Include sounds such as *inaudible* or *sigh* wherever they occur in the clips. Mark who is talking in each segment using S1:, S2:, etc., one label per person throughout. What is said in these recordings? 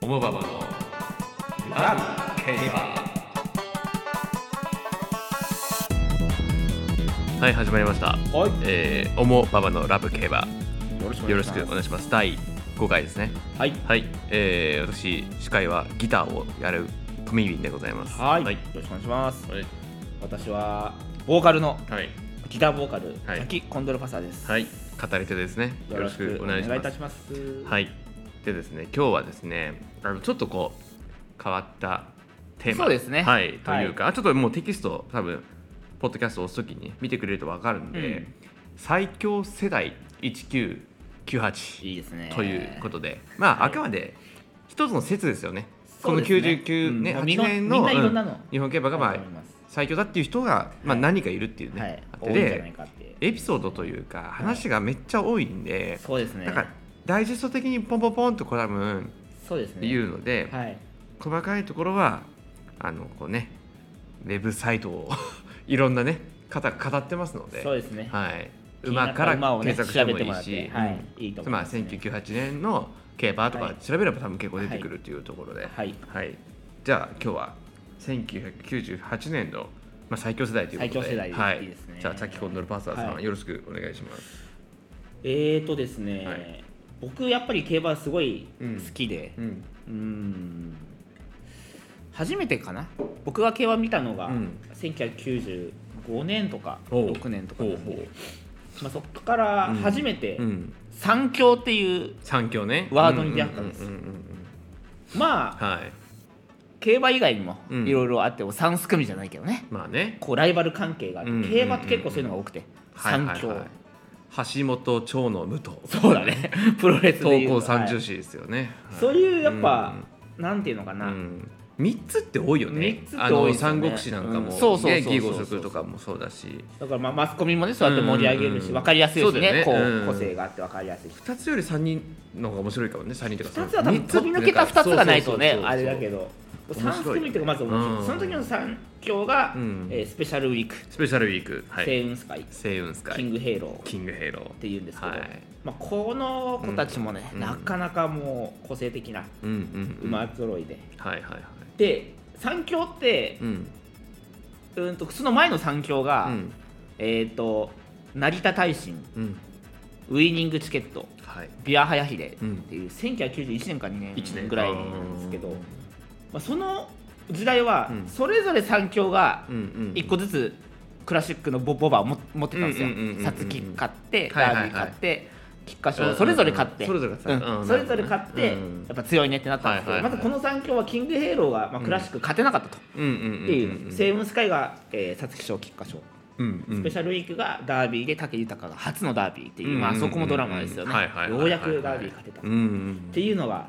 S1: オモババのラブ競馬はい始まりました、
S2: はい、
S1: えー、オモババのラブ競馬
S2: よろしく
S1: よろしくお願いします第5回ですね
S2: はい、
S1: はい、えー、私司会はギターをやるトミービンでございます
S2: はい、
S1: はい
S2: よろしくお願いします。
S1: はい
S2: 私はボーカルの
S1: はい、
S2: ギターボーカル、
S1: はい
S2: ザキコンドルファサーです。
S1: はい語り手ですねよ
S2: よ
S1: ろ
S2: ろ
S1: し
S2: し
S1: く
S2: く
S1: お
S2: お
S1: 願
S2: 願
S1: いし
S2: いい
S1: ます
S2: たします。い、
S1: はいでですね今日はですねあのちょっとこう変わったテーマ
S3: そうですね
S1: はいというか、あちょっともうテキスト多分ポッドキャストを押す時に見てくれると分かるんで、
S2: うん
S1: 最強世代1998
S3: いいですね。
S1: ということで、まああくまで一つの説ですよねこの
S3: そうですね
S1: 99
S2: うん
S1: ね、
S2: もうみん
S1: 8
S2: な
S1: 年の
S2: みんないろんなの
S1: うん日本競馬がまあ
S2: あると思います
S1: 最強だっていう人が、まあ、何人かいるっていうね、
S2: はい、
S1: あっ
S2: 多
S1: て
S2: いんじゃない
S1: で
S2: かって。
S1: エピソードというか話がめっちゃ多いんで、
S2: そうですね
S1: だ。からダイジェスト的にポンポンポンとこう多分
S2: そうですね。
S1: 言うので、
S2: はい、
S1: 細かいところはあのこうねウェブサイトを *laughs* いろんなね方が語ってますので
S2: そうですね。
S1: はい、
S2: 気にな
S1: 馬
S2: った
S1: から
S2: 馬をね
S1: 検索しても
S2: 調べて
S1: い
S2: も
S1: い
S2: らっ、
S1: して
S2: はいいいと思い
S1: まあ、
S2: ますね
S1: 1998年の競馬と
S2: は
S1: か
S2: い
S1: 調べれば多分結構出てくるというところで、
S2: はい、
S1: はいじゃあ今日は1998年の、まあ、最強世代ということで
S2: 最強世代
S1: はい
S2: いですね
S1: じゃあさっきコンドルパーサーさん、
S2: はい
S1: よろしくお願いします。
S2: えーとですね、
S1: はい
S2: 僕やっぱり競馬すごい
S1: うん
S2: 好きで、
S1: うん
S2: うーん初めてかな僕が競馬見たのが、
S1: うん
S2: 1995年とか
S1: おう
S2: 6年とかなんで
S1: ほうほ
S2: まあ、そこから初めて
S1: うん、
S2: 三強っていう、
S1: 三強ね
S2: ワードに出会ったんです
S1: うううんうんうん
S2: まあ
S1: はい
S2: 競馬以外にも
S1: うん
S2: いろいろあっても三すくみじゃないけどね
S1: まあね
S2: こうライバル関係があって、
S1: うん
S2: 競馬って結構そういうのが多くて、三強、
S1: はいはいはい橋本長野武藤
S2: そうだね *laughs* プロレスで
S1: 東
S2: いう
S1: 高
S2: と
S1: 三重
S2: はい
S1: 士ですよね、はい
S2: そういうやっぱ、なんていうのかな、
S1: うん三つって多いよね
S2: 三つって
S1: あ
S2: 多い
S1: の
S2: ですよ
S1: 三
S2: ね
S1: 国志なんかも、
S2: うんそうそうそうそう
S1: ね義五色とかもそうだし
S2: だからまあマスコミもねそうやって盛り上げる
S1: うんう
S2: し、
S1: ん
S2: わ分かりやすいし
S1: そう
S2: ね
S1: だよね
S2: こう、
S1: うん
S2: 個性があって分かりやすいし
S1: 二つより三人の方が面白いかもね三人とか
S2: 2つは多分飛び抜けた2つがないとねあれだけど3組っていうかまず面白い
S1: うん
S2: その時の3強が、
S1: うん
S2: えースペシャルウィーク
S1: スペシャルウィーク、は
S2: 「セ
S1: い、
S2: イウンスカイ」
S1: セイウンス
S2: 「
S1: カ
S2: キ
S1: イ
S2: ングヘイロー」っ
S1: キングヘイローって
S2: いうんですけど、
S1: はい
S2: まあ、この子たちもね、
S1: うん
S2: なかなかもう個性的な
S1: うんうん、うん、
S2: 馬揃いで、
S1: はいはいはい
S2: で3強って
S1: う、ん
S2: うん、とその前の3強
S1: う
S2: が、
S1: ん
S2: えっ、と成田大臣
S1: うん
S2: ウイニングチケット
S1: はい
S2: ビアハヤヒデって
S1: うん
S2: いう1991年か
S1: 一
S2: 2
S1: 年
S2: 年ぐらいなんですけど、
S1: うん
S2: まあ、その時代は
S1: うん
S2: それぞれ3強が
S1: うんうん
S2: 1個ずつクラシックのボボバをも持ってたんですよ
S1: うんうんうんうん。
S2: サツキ買って、
S1: はいは
S2: ダ
S1: いはい
S2: ービー買って、菊花賞それぞれ買って、
S1: うんうんうんそれぞれ買って
S2: うん
S1: うん
S2: それぞれ買って、や
S1: うん
S2: っぱ強いねってなったんですけ
S1: はい
S2: ど、
S1: は
S2: ま
S1: いは
S2: ず
S1: い
S2: この3強はキングヘイローがまあクラシック勝てなかったと。
S1: うんうんうん
S2: っていう、セイウンスカイがえー皐月賞、菊花賞、
S1: うんうん
S2: スペシャルウィークがダービーで武豊が初のダービーって
S1: うん
S2: い
S1: うんう
S2: う、
S1: ん
S2: まあそこもドラマですよね。
S1: はいはいはいはい
S2: ようやくダービー勝てた
S1: うん。うん
S2: っていうのが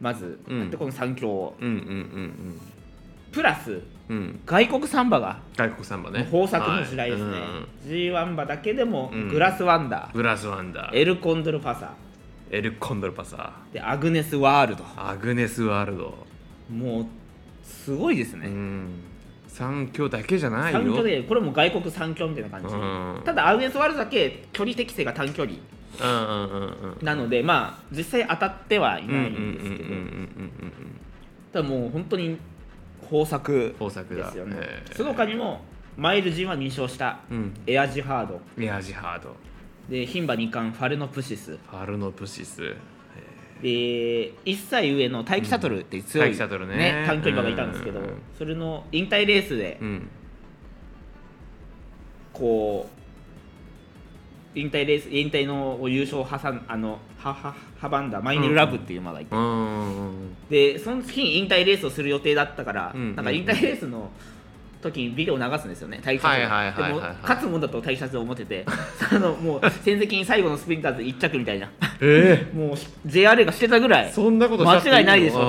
S2: まず、
S1: うん
S2: あってこの3強
S1: うんうんうん
S2: プラス
S1: うんうん
S2: 外国サンバが
S1: 外国サンバね
S2: 豊作の時代ですね、
S1: はいうんうん
S2: G1 馬だけでも
S1: うん
S2: グラスワンダー、
S1: グラスワンダー
S2: エルコンドルパサ
S1: エル・コンドルパサ
S2: でアグネスワールド
S1: ーアグネス・ワールド
S2: もうすごいです
S1: う
S2: ね、
S1: ん三強だけじゃないよ
S2: 三強でこれも外国三強みたいな感じ、
S1: うん
S2: ただアグネスワールドだけ距離適正が短距離
S1: うんうんうんうん
S2: なのでまあ実際当たってはい
S1: うんうん
S2: ないんですけど、
S1: うんうんうんうん
S2: ただもう本当に豊作
S1: 豊作だ
S2: ですよね、
S1: えー
S2: その他にもマイル G1 2勝した
S1: うん
S2: エアジハード
S1: ミアジハード
S2: で牝馬二冠ファルノプシス
S1: ファルノプシス
S2: で1歳上の大気シャトルっていう強い、
S1: うん大気シャトルね
S2: 短距離馬がいたんですけど、
S1: うん
S2: それの引退レースで
S1: うん
S2: こう引退レース引退の優勝を挟んあのはは阻んだマイネルラブっていう馬がいて、
S1: うん
S2: でその日に引退レースをする予定だったから、
S1: うん
S2: なんか引退レースの時にビデオ流すんですよね大気シ
S1: はいはい
S2: ャト
S1: はいはい
S2: ル
S1: はい
S2: でも勝つもんだと大気シャトルを思って *laughs* てあのもう戦績に最後のスプリンターズ1着みたいな
S1: え
S2: もう JRA がしてたぐらい
S1: えそんなことしちゃって
S2: 間違いないでしょ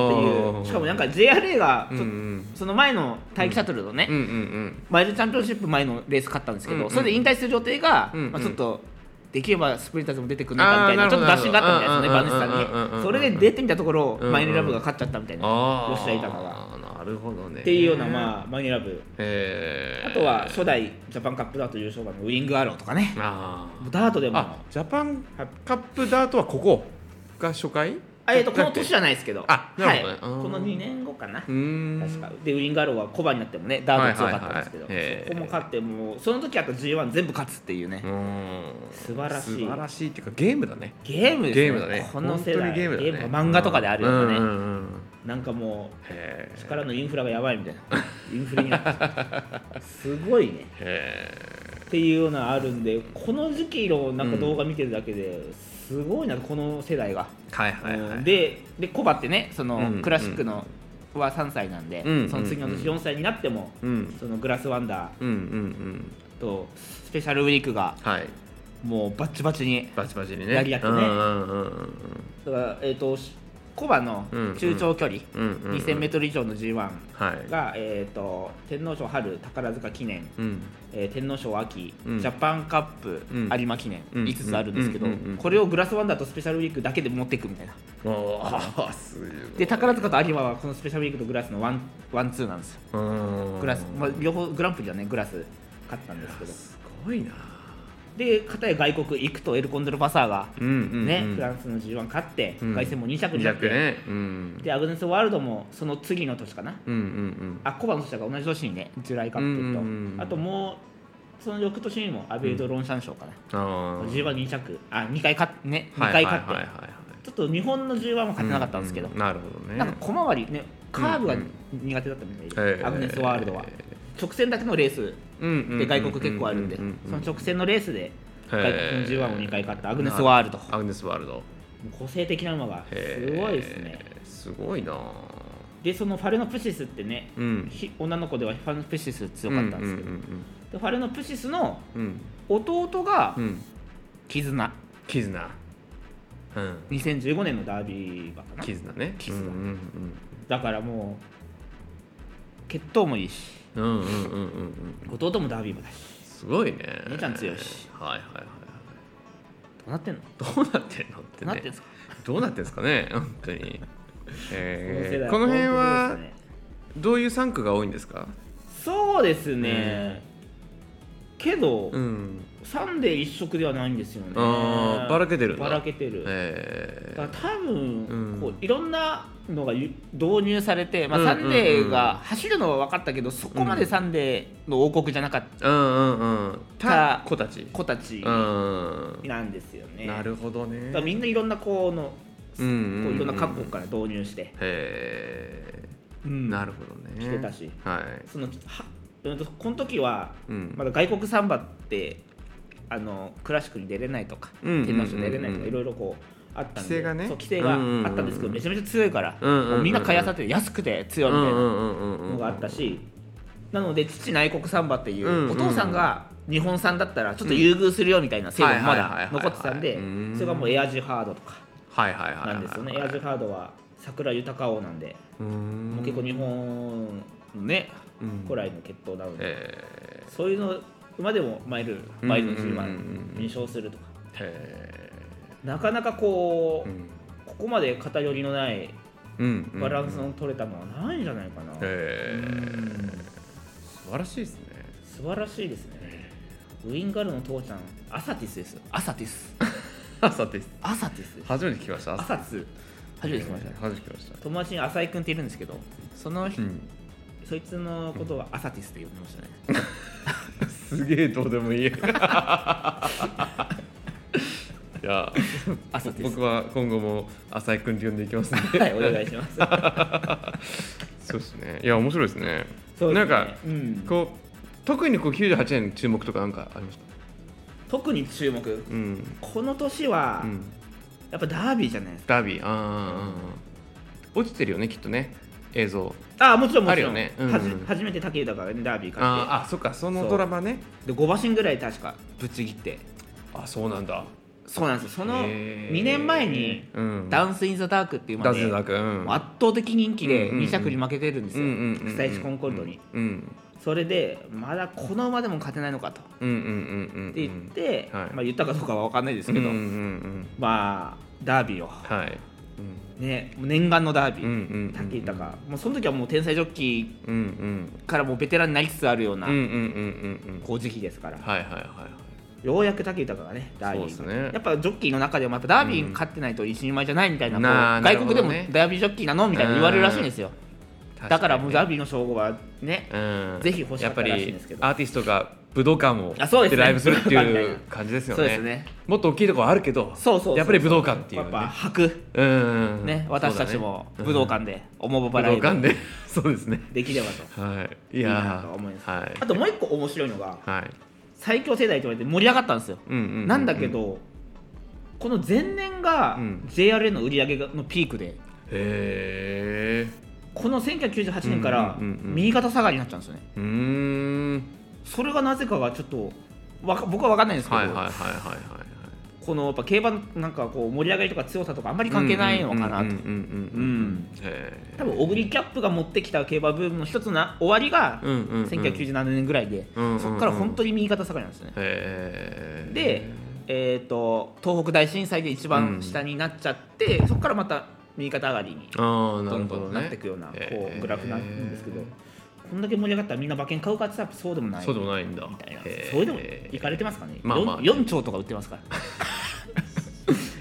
S2: っていうしかもなんか JRA が
S1: うんう
S2: ちょっと
S1: ん
S2: その前の大気シャトルのね、
S1: うんうん
S2: マイルチャンピオンシップ前のレース勝ったんですけど、
S1: うんうん
S2: それで引退する予定が、
S1: うんうん
S2: まあ、ちょっとできればスプリンターズも出てくるのかみたいな
S1: あー
S2: ちょっと
S1: なる
S2: 打
S1: ほど
S2: 診があったみたいですね
S1: な
S2: バ
S1: る
S2: ネ
S1: ほ
S2: ス
S1: ど
S2: タ
S1: うんうんうんうん
S2: にそれで出てみたところ、
S1: うんうん
S2: マイルラブが勝っちゃったみたいな
S1: ああ
S2: 吉田豊が。
S1: なるほどね
S2: っていうような、まあ、マイルラブ
S1: え
S2: あ
S1: ー
S2: とは初代ジャパンカップダート優勝馬のウィングアローとかね
S1: あ
S2: ダートで
S1: ー
S2: も
S1: あジャパンカップダートはここが初回
S2: あえっとこの年じゃないですけど
S1: あなるほどね
S2: はい、こ
S1: うん
S2: の2年後かな
S1: うーん
S2: 確かでウィンガーローはコバになってもねダート強かったんですけど、
S1: はいはいはい
S2: そこも勝ってもうその時あった G1 全部勝つっていうね、
S1: うーん
S2: 素晴らしい
S1: 素晴らしいっていうかゲームだね
S2: ゲームですね
S1: ゲームだね
S2: この世代
S1: 本当にゲームだね
S2: ゲーム漫画とかであるようなね、
S1: うんうんうんうん
S2: なんかも
S1: へ
S2: う
S1: ー
S2: 力のインフラがやばいみたいなインフレになってるすごいね
S1: へ
S2: っていうようなあるんでこの時期のなんか動画見てるだけですごいなこの世代が、
S1: ーはいはいは
S2: うん
S1: い
S2: ででコバってねその、
S1: うん
S2: クラシックのは3歳なんで、
S1: うん
S2: その次の年4歳になっても、
S1: うん
S2: そのグラスワンダー
S1: うんうんうん
S2: とスペシャルウィークが
S1: はい
S2: もうバッチバチに
S1: バチバチにね
S2: やり合ってね
S1: うんうんうん
S2: だから、えー、としコバの中長距離、
S1: うんうんうん
S2: 2000m 以上の G1
S1: はい
S2: が、えー、と天皇賞春宝塚記念、
S1: うん
S2: えー天皇賞秋、
S1: うん
S2: ジャパンカップ、
S1: うん
S2: 有馬記念、
S1: うん
S2: 5つあるんですけど、
S1: うんうんうんうん
S2: これをグラスワンダーとスペシャルウィークだけで持っていくみたいな
S1: おーすごい
S2: で宝塚と有馬はこのスペシャルウィークとグラスのワンワンツーなんですよ
S1: うん
S2: グラス、まあ、両方グランプリはねグラス勝ったんですけど
S1: すごいな
S2: で片や外国行くとエルコンドルパサーが
S1: うんうんうん
S2: ね、フランスの G1 勝って、
S1: うん
S2: 凱旋も2着になっ
S1: 逆
S2: て、
S1: ねうん
S2: でアグネス・ワールドもその次の年かな、
S1: うんうん
S2: あコバの年だから同じ年にね、ジュライカップと、
S1: うんうんうん
S2: あともう、その翌年にもアベルド・ロンシャン賞かな、
S1: うんあー
S2: G12 着、あ2回勝って、ね、
S1: は
S2: 2
S1: い
S2: 回勝って、
S1: はいはいはいはい
S2: ちょっと日本の G1 も勝てなかったんですけど、
S1: うなるほどね
S2: なんか小回りね、カーブが
S1: うん
S2: 苦手だったみたいで、
S1: えー
S2: アグネス・ワールドは
S1: え。
S2: 直線だけのレースで
S1: で
S2: 外国結構あるんで、その直線のレースで外国の G1 を2回勝ったアグネス・ワールド。
S1: アグネスワールド
S2: 個性的な馬が
S1: へ
S2: す
S1: ー
S2: ごいですね
S1: すごいな
S2: でそのファレノプシスってね、
S1: うん
S2: ひ女の子ではファレノプシス強かったんですけど、
S1: う
S2: でファレノプシスの
S1: うんうん
S2: 弟が
S1: うんうん
S2: 絆、
S1: 絆うん
S2: 2015年のダービー馬かな
S1: 絆ね
S2: 絆
S1: うん
S2: だからもう血統もいいし
S1: うんうんうんうんうんうんうん
S2: 弟もダービー馬だし
S1: すごいね
S2: 姉ちゃん強いし
S1: はいはいはい
S2: どうなってんの
S1: どうなってんのって
S2: どうなってん
S1: ね
S2: すか、
S1: どうなってんですかね本当にえー
S2: 世代
S1: この辺
S2: 本
S1: は
S2: 当ですね
S1: どういう産区が多いんですか
S2: そうですね、けど、
S1: うん
S2: サンデー一色ではないんですよね
S1: あーばらけてるんだ
S2: ばらけてる、
S1: え
S2: だ
S1: ー
S2: から多分、
S1: うん
S2: こういろんなのがゆ導入されて、まあ、
S1: うん
S2: サンデーが走るのは分かったけど、そこまでサンデーの王国じゃなかっ
S1: うんうんうんた子たち
S2: た子たち
S1: うん
S2: なんですよね。
S1: なるほど
S2: だ
S1: ね
S2: からみんないろんなこうの、
S1: うんうんうん
S2: こういろんな各国から導入して、
S1: へ
S2: うん
S1: えなるほどね
S2: 来てたし
S1: はい
S2: そのはうんとこの時は、
S1: うん
S2: まだ外国サンバってあのクラシックに出れないとか、
S1: うんうんうんうん
S2: 天皇賞出れないとかいろいろこう。あったん
S1: 規制
S2: で
S1: がね
S2: そう規制があったんですけど、
S1: うんうんうん
S2: めちゃめちゃ強いから、
S1: うんうんうんうん
S2: もうみんな買いあさって安くて強いみたいな、の
S1: の
S2: があったし、なので父内国サンバっていう、
S1: うんうんうん
S2: お父さんが日本産だったらちょっと優遇するよみたいな制度もま
S1: はいはいはい
S2: だ
S1: はい
S2: 残ってたんで
S1: うん
S2: それがもうエアジハードとか
S1: はいはいはいはい
S2: なんですよね、エアジハードは桜豊王なんで、
S1: も
S2: もう結構日本のね
S1: うん
S2: 古来の血統なので、
S1: へ
S2: そういうのまでもマイル
S1: うん
S2: マイルの10
S1: うん
S2: 番
S1: うん
S2: 認証するとか、
S1: ーへ
S2: なかなかこ
S1: ー
S2: う、
S1: うん
S2: ここまで偏りのない
S1: うんうん
S2: バランスの取れたものはないんじゃないかな、
S1: へー
S2: うん
S1: 素晴らしいで
S2: *laughs*
S1: すね
S2: 素晴らしいですねウィンガルの父ちゃんアサティスですよアサティス
S1: 朝です
S2: アサティスです
S1: 初めて聞きました
S2: ア
S1: 朝
S2: サティス初めて聞きました
S1: 初めて聞きました
S2: 友達に浅井君っているんですけどその人、
S1: うん
S2: そいつのことはアサティスって呼んでましたね
S1: すげえどうでも
S2: *laughs*
S1: いいいや
S2: アサティス
S1: 僕は今後も浅井君って呼んでいきます
S2: *laughs*
S1: ね
S2: はいお願いし
S1: *laughs*
S2: ます
S1: そうですねいや面白いですね
S2: そうで
S1: な
S2: すね
S1: んか、
S2: うん
S1: こう特にこう98年の注目とかなんかありました
S2: 特に注目
S1: うん、
S2: この年は、
S1: うん、
S2: やっぱダービーじゃないですか
S1: ダービーあーあーあー落ちてるよねきっとね映像
S2: ああもちろんもちろ
S1: あるよ
S2: ん、
S1: ねうんうん
S2: はじ初めて武豊がねダービー勝って
S1: あーあそっかそ
S2: そ
S1: の
S2: う
S1: ドラマね
S2: で5馬身ぐらい確かぶっちぎって
S1: あそうなんだ
S2: そうなんですよその
S1: へー
S2: 2年前に
S1: うん
S2: ダンス・イン・ザ・ダークっていうま
S1: ダ
S2: で
S1: ズダ君うん
S2: 圧倒的人気で
S1: うんうんうん
S2: 2着に負けてるんですよ、
S1: うんうん
S2: スタイチコンコルドに、
S1: うん
S2: それでまだこの馬でも勝てないのかとっ
S1: うんうんうんうんうん
S2: て言って、
S1: はい
S2: まあ、言ったかどうかは分かんないです
S1: うん
S2: け
S1: うん
S2: ど、
S1: うん
S2: まあダービーを、
S1: はい
S2: ね、念願のダービ
S1: うん
S2: ー、
S1: うんうん
S2: 武豊もうその時はもう天才ジョッキ
S1: うんうん
S2: ーからもうベテランになりつつあるよう
S1: う
S2: なん
S1: うんうんうんうん
S2: 好時期ですから、
S1: はいはいはいはい
S2: ようやく武豊がねダービー
S1: そうですね
S2: やっぱジョッキーの中でもまたダービーに勝ってないと一人前じゃないみたいな,こう、
S1: なあなる
S2: 外
S1: ほ
S2: 国
S1: ど
S2: でも
S1: ね
S2: ダービージョッキーなのみたいな言われるらしいんですよだからもうダー
S1: ビ
S2: ビーの称号はね
S1: うん、
S2: ぜひ欲しかったらしいんですけど
S1: やっぱりアーティストが武道館を
S2: あそうですね
S1: ライブするって
S2: 武道
S1: い
S2: 館
S1: う
S2: みた
S1: 感じですよね
S2: そうですね
S1: もっと大きいところあるけど
S2: そうそうそう
S1: やっぱり武道館っていう、
S2: や
S1: ね、
S2: っぱ白
S1: うん
S2: ね私たちも
S1: そうだね
S2: 武道館でおもぼ
S1: 武
S2: ばら
S1: 道
S2: い
S1: 館で *laughs* そうですね
S2: できればと
S1: はいい
S2: いい
S1: やー
S2: なと思います、
S1: はい
S2: あともう一個面白いのが
S1: はい
S2: 最強世代と言われて盛り上がったんですよ、
S1: うんうんうう
S2: なんだけどこの前年が
S1: うん
S2: JRA の売り上げのピークで、
S1: へえ
S2: この1998年から
S1: うんうんうんうん
S2: 右肩下がりになっちゃうんですよね
S1: うーん
S2: それがなぜかがちょっとわか僕は分かんないんですけど、
S1: はいはいはいはいはいはい
S2: このやっぱ競馬のなんかこう盛り上がりとか強さとかあんまり関係ないのかな
S1: うんうん
S2: と
S1: うんう
S2: うん
S1: んへえ
S2: 多分オグリキャップが持ってきた競馬ブームの一つな終わりが
S1: うんうんうん
S2: 1997年ぐらいで、
S1: うんうんうん
S2: そこから本当に右肩下がりなんですね、
S1: へえ
S2: で、えー、と東北大震災で一番下になっちゃって、そこからまた右肩上がりに
S1: ああな
S2: ど
S1: る
S2: ん
S1: ほ
S2: ど
S1: ど
S2: ん
S1: ね
S2: なっていくようなこ
S1: へ
S2: う
S1: ー
S2: グラフなんですけど、こんだけ盛り上がったらみんな馬券買うかって言ったらそうでもない
S1: そうでもないんだ
S2: みたいな
S1: へー
S2: それでもいかれてますかね、
S1: まあまあ
S2: よん 4, 兆とか売ってますから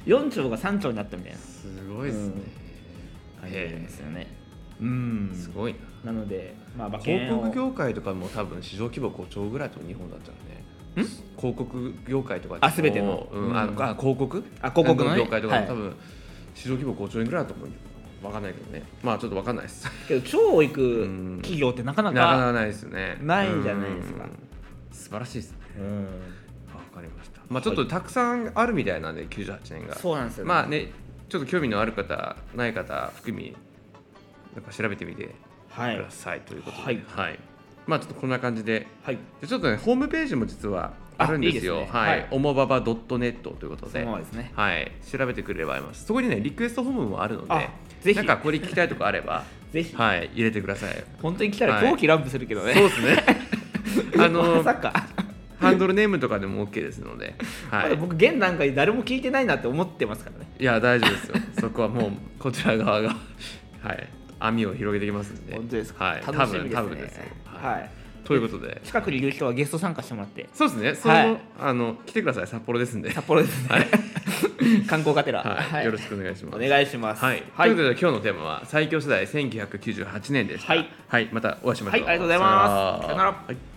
S2: 4兆が3兆になったみたいな
S1: すごいですね
S2: 感じなんですよね
S1: うんすごいな
S2: なのでまあ馬
S1: 広
S2: 券を
S1: 告業界とかも多分市場規模5兆ぐらいと日本だったらね
S2: ん
S1: 広告業界とか
S2: あ全ての
S1: うん
S2: うん
S1: ああ広告
S2: あ広告のね
S1: 業界とか
S2: は
S1: も
S2: い
S1: 多分市場規模5兆円ぐらいだと思うよわかんないけどねまあちょっとわかんないです
S2: けど超行く企業ってなか
S1: な
S2: な
S1: かな
S2: か
S1: かないですね
S2: ないんじゃないですか
S1: うん素晴らしいですね
S2: うん
S1: わかりましたまあちょっとたくさんあるみたいなんで98年が
S2: そうなんですよね、
S1: まあねちょっと興味のある方ない方含みなんか調べてみて
S2: はい
S1: くださいということで、
S2: はい
S1: まあちょっとこんな感じで
S2: はい
S1: でちょっとねホームページも実はあるんですよ
S2: あいいですね
S1: は
S2: はい
S1: いおもばば .net ということ
S2: そ
S1: で
S2: のままですね
S1: はい調べてくれればありますそこにねリクエストフォームもあるので
S2: あぜひ
S1: なんかこれ聞きたいとこあれば
S2: ぜひ、
S1: *laughs* はい入れてください
S2: 本当に来たら狂気乱舞するけど
S1: そう
S2: ね、
S1: ですねあの
S2: まさか、
S1: ハンドルネームとかでも OK ですのでは
S2: まだ
S1: い
S2: 僕現段階で誰も聞いてないなって思ってますからね
S1: いや大丈夫ですよそこはもうこちら側がはい網を広げていきますんで
S2: 本当ですか、
S1: はい、
S2: 楽しみですね
S1: 多分多分ですよ
S2: はい
S1: い、ということで
S2: 近くにいる人はゲスト参加してもらって
S1: そうですねそれも、
S2: はい
S1: あの来てください札幌ですんで、
S2: 札幌ですね、 *laughs* 観光がてら、
S1: はい
S2: はい
S1: よろしくお願いします
S2: お願いします
S1: はい、
S2: はい、
S1: ということで今日のテーマは最強世代1998年でした
S2: はい
S1: またお会いしましょう
S2: はいありがとうございます
S1: さ
S2: さよなら
S1: はい